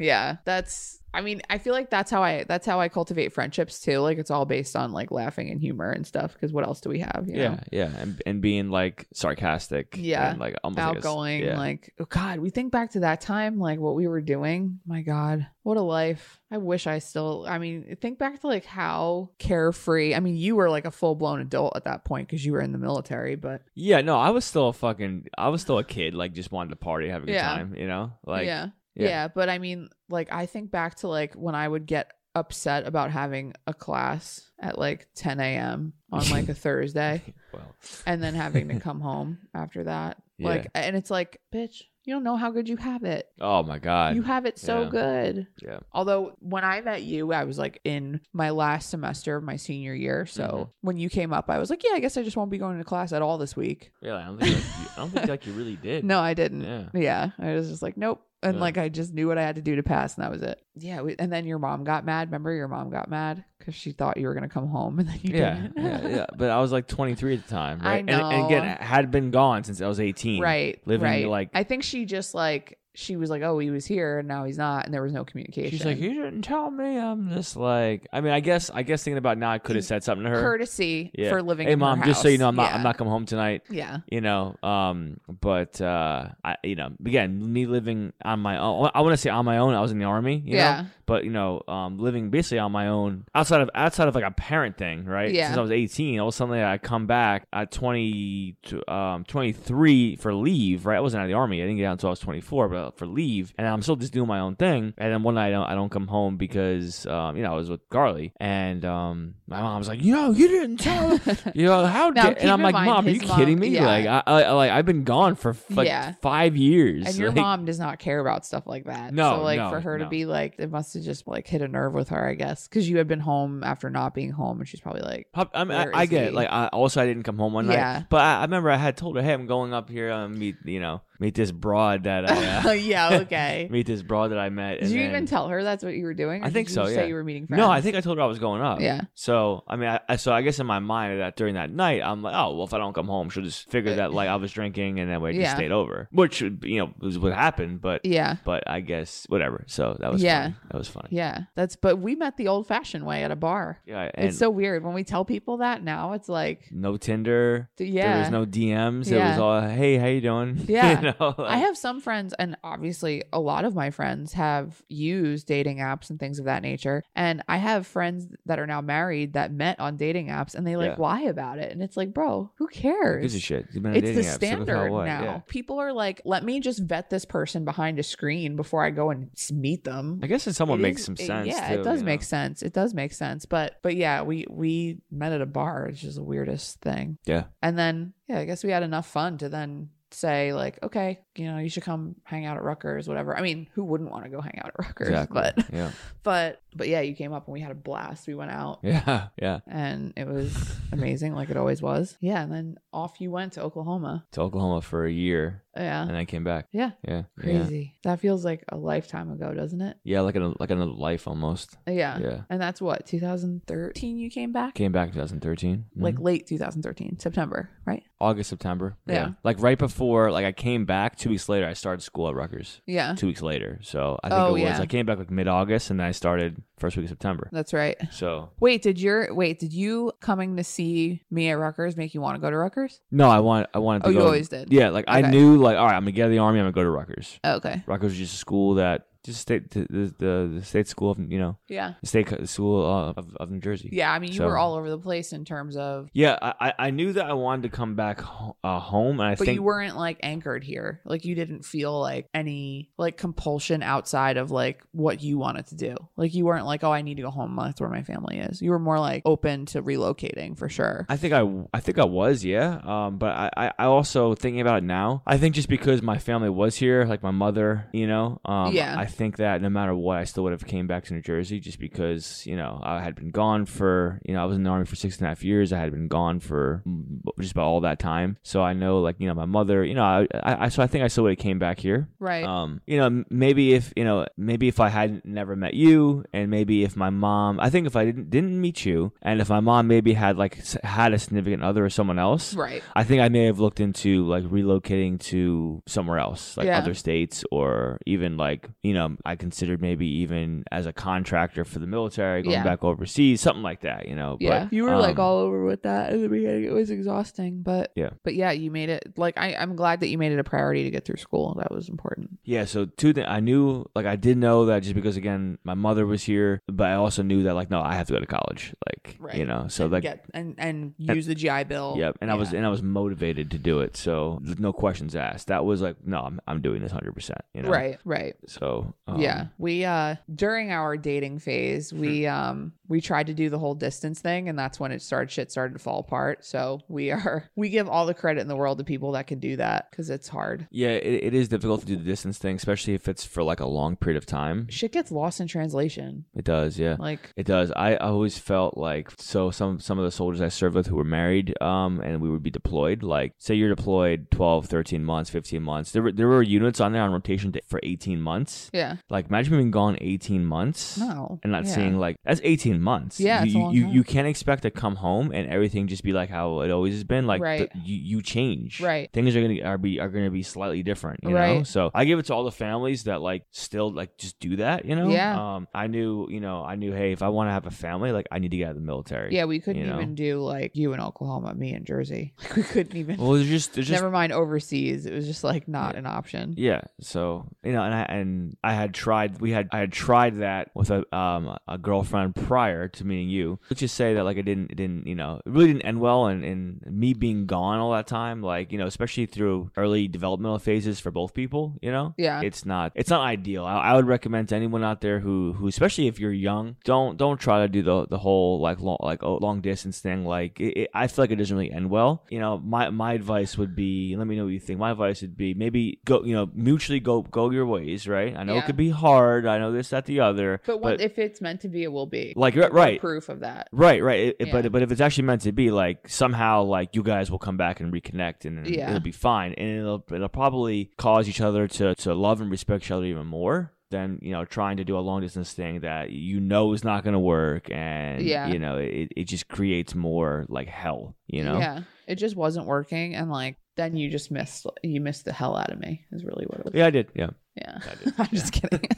yeah, that's I mean, I feel like that's how I that's how I cultivate friendships too. Like it's all based on like laughing and humor and stuff. Because what else do we have? you know? Yeah, yeah, and, and being like sarcastic. Yeah. and, like almost like a s- outgoing. yeah. Like, oh God, we think back to that time, like what we were doing. My God, what a life. I wish I still, I mean, think back to like how carefree. I mean, you were like a full blown adult at that point because you were in the military, but yeah, no, I was still a fucking, I was still a kid, like just wanted to party, have a good Yeah. time, you know, like yeah. yeah. yeah. But I mean, like, I think back to like when I would get upset about having a class at like 10 a.m. on like a Thursday well, and then having to come home after that. Yeah. Like, and it's like, bitch, you don't know how good you have it. oh my god, You have it so yeah. good. Yeah. Although when I met you, I was like in my last semester of my senior year. So Mhm. when you came up, I was like, yeah, I guess I just won't be going to class at all this week. yeah, I don't think, like, you, I don't think like you really did. No, I didn't. yeah, Yeah. I was just like, nope. And Yeah. like, I just knew what I had to do to pass, and that was it. Yeah. We, and then your mom got mad. Remember, your mom got mad because she thought you were going to come home, and then you yeah, didn't. yeah, yeah. But I was like 23 at the time, I right? And, and again, know. had been gone since I was 18, right. Living right. like- I think she just like, she was like, oh, he was here, and now he's not, and there was no communication. She's like, you didn't tell me. I'm just like, I mean, I guess, I guess thinking about it now, I could have said something to her. courtesy Yeah. for living. hey, in her mom, just so you house. know, I'm not, Yeah. I'm not coming home tonight. Yeah. you know um but uh i you know again me living on my own i want to say on my own i was in the army you yeah. know but you know um living basically on my own outside of outside of like a parent thing right Yeah. since i was 18 all of a sudden i come back at 20 to, um 23 for leave right i wasn't out of the army i didn't get out until i was 24 but uh, for leave and i'm still just doing my own thing and then one night i don't, I don't come home because um you know i was with garley and um my mom was like you know you didn't tell you know how Now, dare keep and i'm in like mind mom are his you mom- kidding me yeah. like I, I I- like i've been gone for f- like Yeah. five years And your Like, mom does not care about stuff like that. No, so like no, for her no. to be like, it must have just like hit a nerve with her, I guess, because you had been home after not being home, and she's probably like, Prob- I, mean, I, Where I is get it. he? Like, I, also, I didn't come home one Yeah. night. But I, I remember I had told her, "Hey, I'm going up here. Um, meet you know, meet this broad that I uh, "Oh, yeah, okay. meet this broad that I met." Did and you then- even tell her that's what you were doing? or I think did you so, just yeah. Say you were meeting friends. No, I think I told her I was going up. Yeah. So I mean, I, I so I guess in my mind that during that night, I'm like, oh well, if I don't come home, she'll just figure that like I was drinking, and then we just Uh, Yeah. stayed over, which you know was what happened. But Yeah. but I guess whatever. So that was Yeah. funny. that was funny. Yeah. That's but we met the old fashioned way at a bar. Yeah, and it's so weird when we tell people that now. It's like, no Tinder. th- There yeah. was no DMs. It was Yeah. all, hey, how you doing? Yeah. you know, like- I have some friends, and obviously a lot of my friends have used dating apps and things of that nature. And I have friends that are now married that met on dating apps and they like Yeah. lie about it. And it's like, bro, who Who gives cares? a shit? You've been on It's dating the apps, so look how standard what, now. yeah. People are like, let me just vet this person behind a screen before I go and s- meet them. I guess in some way It it makes is- some it- sense. Yeah, too, it does you make know? sense. It does make sense. But but yeah, we we met at a bar, which is the weirdest thing. Yeah. And then yeah, I guess we had enough fun to then say like, okay, you know, you should come hang out at Rutgers, whatever. I mean, who wouldn't want to go hang out at Rutgers? Exactly. But yeah, but but yeah, you came up and we had a blast. We went out. yeah, yeah. And it was amazing, like it always was. Yeah, and then off you went to Oklahoma. To Oklahoma for a year, Yeah, and I came back. Yeah. yeah, yeah, crazy. That feels like a lifetime ago, doesn't it? yeah. Like an like another life almost. Yeah. Yeah, And that's what 2013. You came back. came back in 2013, Mhm. like late 2013, September, right? August September. Yeah. Yeah. like right before like I came back. Two weeks later, I started school at Rutgers. Yeah, Two weeks later, so I think Oh, it was yeah. I came back like mid August, and then I started first week of September. that's right. So Wait, did your wait did you coming to see me at Rutgers make you want to go to Rutgers? no, I want I wanted to Oh, go. you always did. Yeah, like I Okay. knew like all right, I'm gonna get out of the army. I'm gonna go to Rutgers. Okay. Rutgers was just a school that just state the the, the state school of you know Yeah. the state co- school uh, of of New Jersey. Yeah. I mean, you So- were all over the place in terms of, Yeah, I, I- I knew that I wanted to come back ho- uh, home, and I but think you weren't like anchored here. Like you didn't feel like any like compulsion outside of like what you wanted to do. Like you weren't like, oh, I need to go home. That's where my family is. You were more like open to relocating for sure. I think I I think I was yeah. Um, but I, I I also thinking about it now. I think just because my family was here, like my mother, you know, um, Yeah. I think that no matter what, I still would have came back to New Jersey just because you know I had been gone for you know I was in the army for six and a half years. I had been gone for mm, just about all that time. So I know like you know my mother, you know, I, I I- so I think I still would have came back here. right. Um, you know, m- maybe if you know, maybe if I had never met you, and maybe if my mom, I think if I didn't didn't meet you, and if my mom maybe had like s- had a significant other or someone else, right. I think I may have looked into like relocating to somewhere else, like Yeah. other states or even like you know know, I considered maybe even as a contractor for the military, going Yeah. back overseas, something like that. You know, yeah, but you were like um, all over with that in the beginning. It was exhausting, but Yeah. but yeah, you made it. Like I, I'm glad that you made it a priority to get through school. That was important. Yeah, so two things. I knew, like, I did know that just because, again, my mother was here, but I also knew that, like, no, I have to go to college, like, you Right. know. So and like, get, and and use the GI Bill. yep. And I was Yeah. and I was motivated to do it, so there's no questions asked. That was like, no, I'm I'm doing this hundred percent, you know. right, right. So um, yeah, we uh during our dating phase, we um we tried to do the whole distance thing, and that's when it started shit started to fall apart. So we are we give all the credit in the world to people that can do that because it's hard. Yeah, it, it is difficult to do the distance thing, especially if it's for like a long period of time. Shit gets lost in translation. It does, yeah. Like It does. I I always felt like so some some of the soldiers I served with who were married um and we would be deployed like say you're deployed 12 13 months 15 months there were there were units on there on rotation to, for 18 months yeah, like imagine being gone 18 months no, and not yeah. seeing like that's 18 months Yeah, you it's a long you, time. you can't expect to come home and everything just be like how it always has been like Right. the- you, you change Right. things are gonna are be are gonna be slightly different you know Right. so i give it to all the families that like still like just do that you know Yeah. um i knew you know i knew hey if i want to have a family like i need to get out of the military Yeah, we couldn't you know? even do like you in Oklahoma, me in Jersey. Like we couldn't even. well there's just there's just never mind overseas. It was just like not an option. Yeah. So you know, and I and I had tried. We had I had tried that with a um a girlfriend prior to meeting you. Let's just say that like it didn't it didn't you know it really didn't end well, and and me being gone all that time, like you know, especially through early developmental phases for both people, you know. Yeah. It's not. It's not ideal. I, I would recommend to anyone out there who, who, especially if you're young, don't don't try to do the the whole like long like oh, long distance thing. Like it, it, I feel like it doesn't really end well. You know, my my advice would be. Let me know what you think. My advice would be maybe go. You know, mutually go go your ways. Right. I know it Yeah. could be hard. I know this that the other. But, what, if it's meant to be, it will be. like you're right. Proof of that. Right, right. It, it- Yeah. But but if it's actually meant to be, like somehow, like you guys will come back and reconnect, and Yeah. it'll be fine, and it'll it'll probably cause each other to to love and respect each other even more than you know trying to do a long distance thing that you know is not going to work, and Yeah. you know it it just creates more like hell, you know. Yeah. It just wasn't working, and like then you just missed you missed the hell out of me. Is really what it was. Yeah, I did. Yeah, Yeah. I did. I'm just kidding.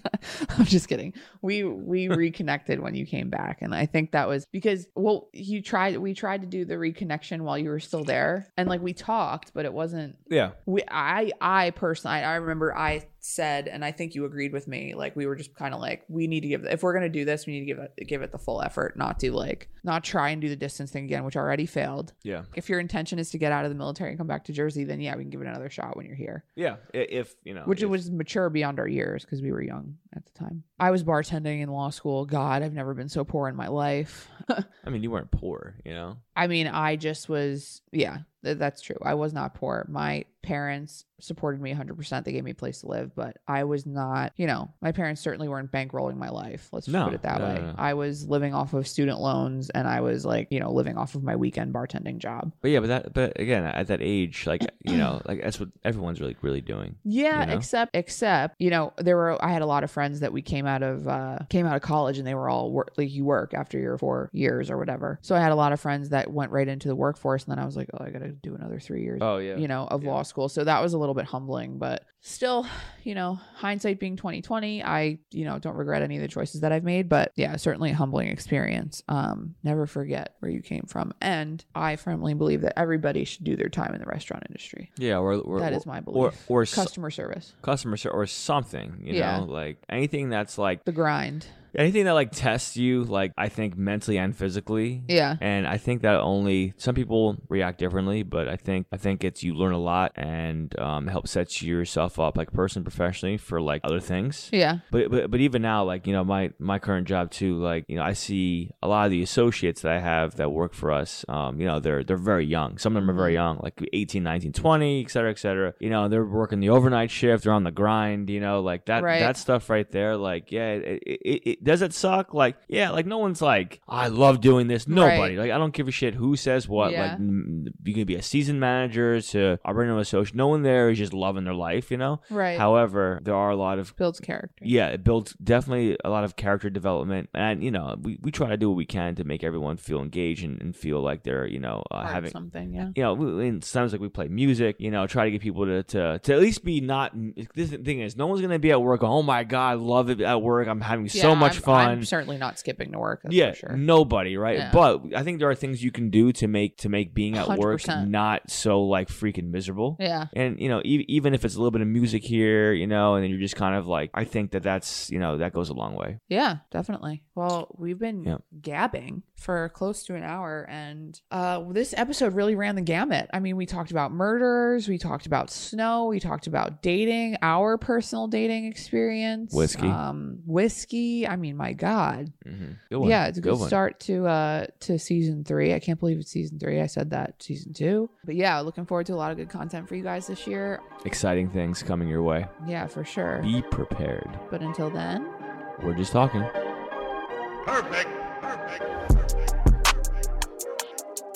I'm just kidding. We we reconnected when you came back and I think that was because well you tried we tried to do the reconnection while you were still there and like we talked but it wasn't yeah. we i i personally i I remember i said and i think you agreed with me like we were just kind of like we need to give if we're going to do this we need to give it give it the full effort not do like not try and do the distance thing again which already failed Yeah, if your intention is to get out of the military and come back to jersey then yeah we can give it another shot when you're here yeah. I- If you know, which if- was mature beyond our years because we were young at the time i was bartending in law school god i've never been so poor in my life I mean, you weren't poor, you know. I mean, I just was, yeah, th- that's true. I was not poor. My parents supported me 100%. They gave me a place to live, but I was not, you know, my parents certainly weren't bankrolling my life. Let's just No, put it that no, way. no, no. I was living off of student loans and I was like, you know, living off of my weekend bartending job. But yeah, but that, but again, at that age, like you know, like that's what everyone's really really doing. Yeah, You know? except except you know there were I had a lot of friends that we came out of uh, came out of college and they were all work like you work after your four years or whatever. So I had a lot of friends that went right into the workforce and then I was like, oh, I got to do another three years. Oh yeah, you know of Yeah. law school so that was a little bit humbling but still you know hindsight being 2020 i you know don't regret any of the choices that i've made but yeah certainly a humbling experience um never forget where you came from and i firmly believe that everybody should do their time in the restaurant industry yeah. Or, or, that or- is my or belief or so- customer service customer ser- or something you Yeah. know like anything that's like the grind anything that like tests you like i think mentally and physically yeah and i think that only some people react differently but i think i think it's you learn a lot and um, help set yourself up like personally professionally for like other things yeah but, but but even now like you know my my current job too like you know i see a lot of the associates that i have that work for us um you know they're they're very young some of them are Mm-hmm. very young like 18 19 20 et cetera et cetera you know they're working the overnight shift they're on the grind you know like that Right. that stuff right there like yeah it, it, it, it, Does it suck? Like, yeah, like no one's like, I love doing this. Nobody. Right. Like, I don't give a shit who says what. Yeah. Like, n- you can be a seasoned manager to a regular associate. No one there is just loving their life, you know? Right. However, there are a lot of builds character. yeah, it builds definitely a lot of character development, and you know, we, we try to do what we can to make everyone feel engaged and, and feel like they're you know uh, Part of having something. Yeah. you know, we- and sometimes like we play music, you know, try to get people to, to, to at least be not. This thing is, no one's gonna be at work. going, Oh my god, love it at work. I'm having Yeah, so much I'm- fun. I'm certainly not skipping to work. That's yeah, For sure. nobody, right? Yeah. But I think there are things you can do to make to make being at work 100%. not so like freaking miserable. Yeah. And you know, e- even if it's a little bit of music here, you know, and then you're just kind of like, I think that that's you know that goes a long way. Yeah, definitely. Well, we've been Yeah. gabbing for close to an hour, and uh, this episode really ran the gamut. I mean, we talked about murders, we talked about snow, we talked about dating, our personal dating experience, Whiskey. um, whiskey. I mean, my God, Mm-hmm. Good one. yeah, it's a good, one. start to uh to season three. I can't believe it's season three. I said that season two, but yeah, looking forward to a lot of good content for you guys this year. Exciting things coming your way. Yeah, for sure. Be prepared. But until then. We're just talking. Perfect. Perfect. Perfect. Perfect.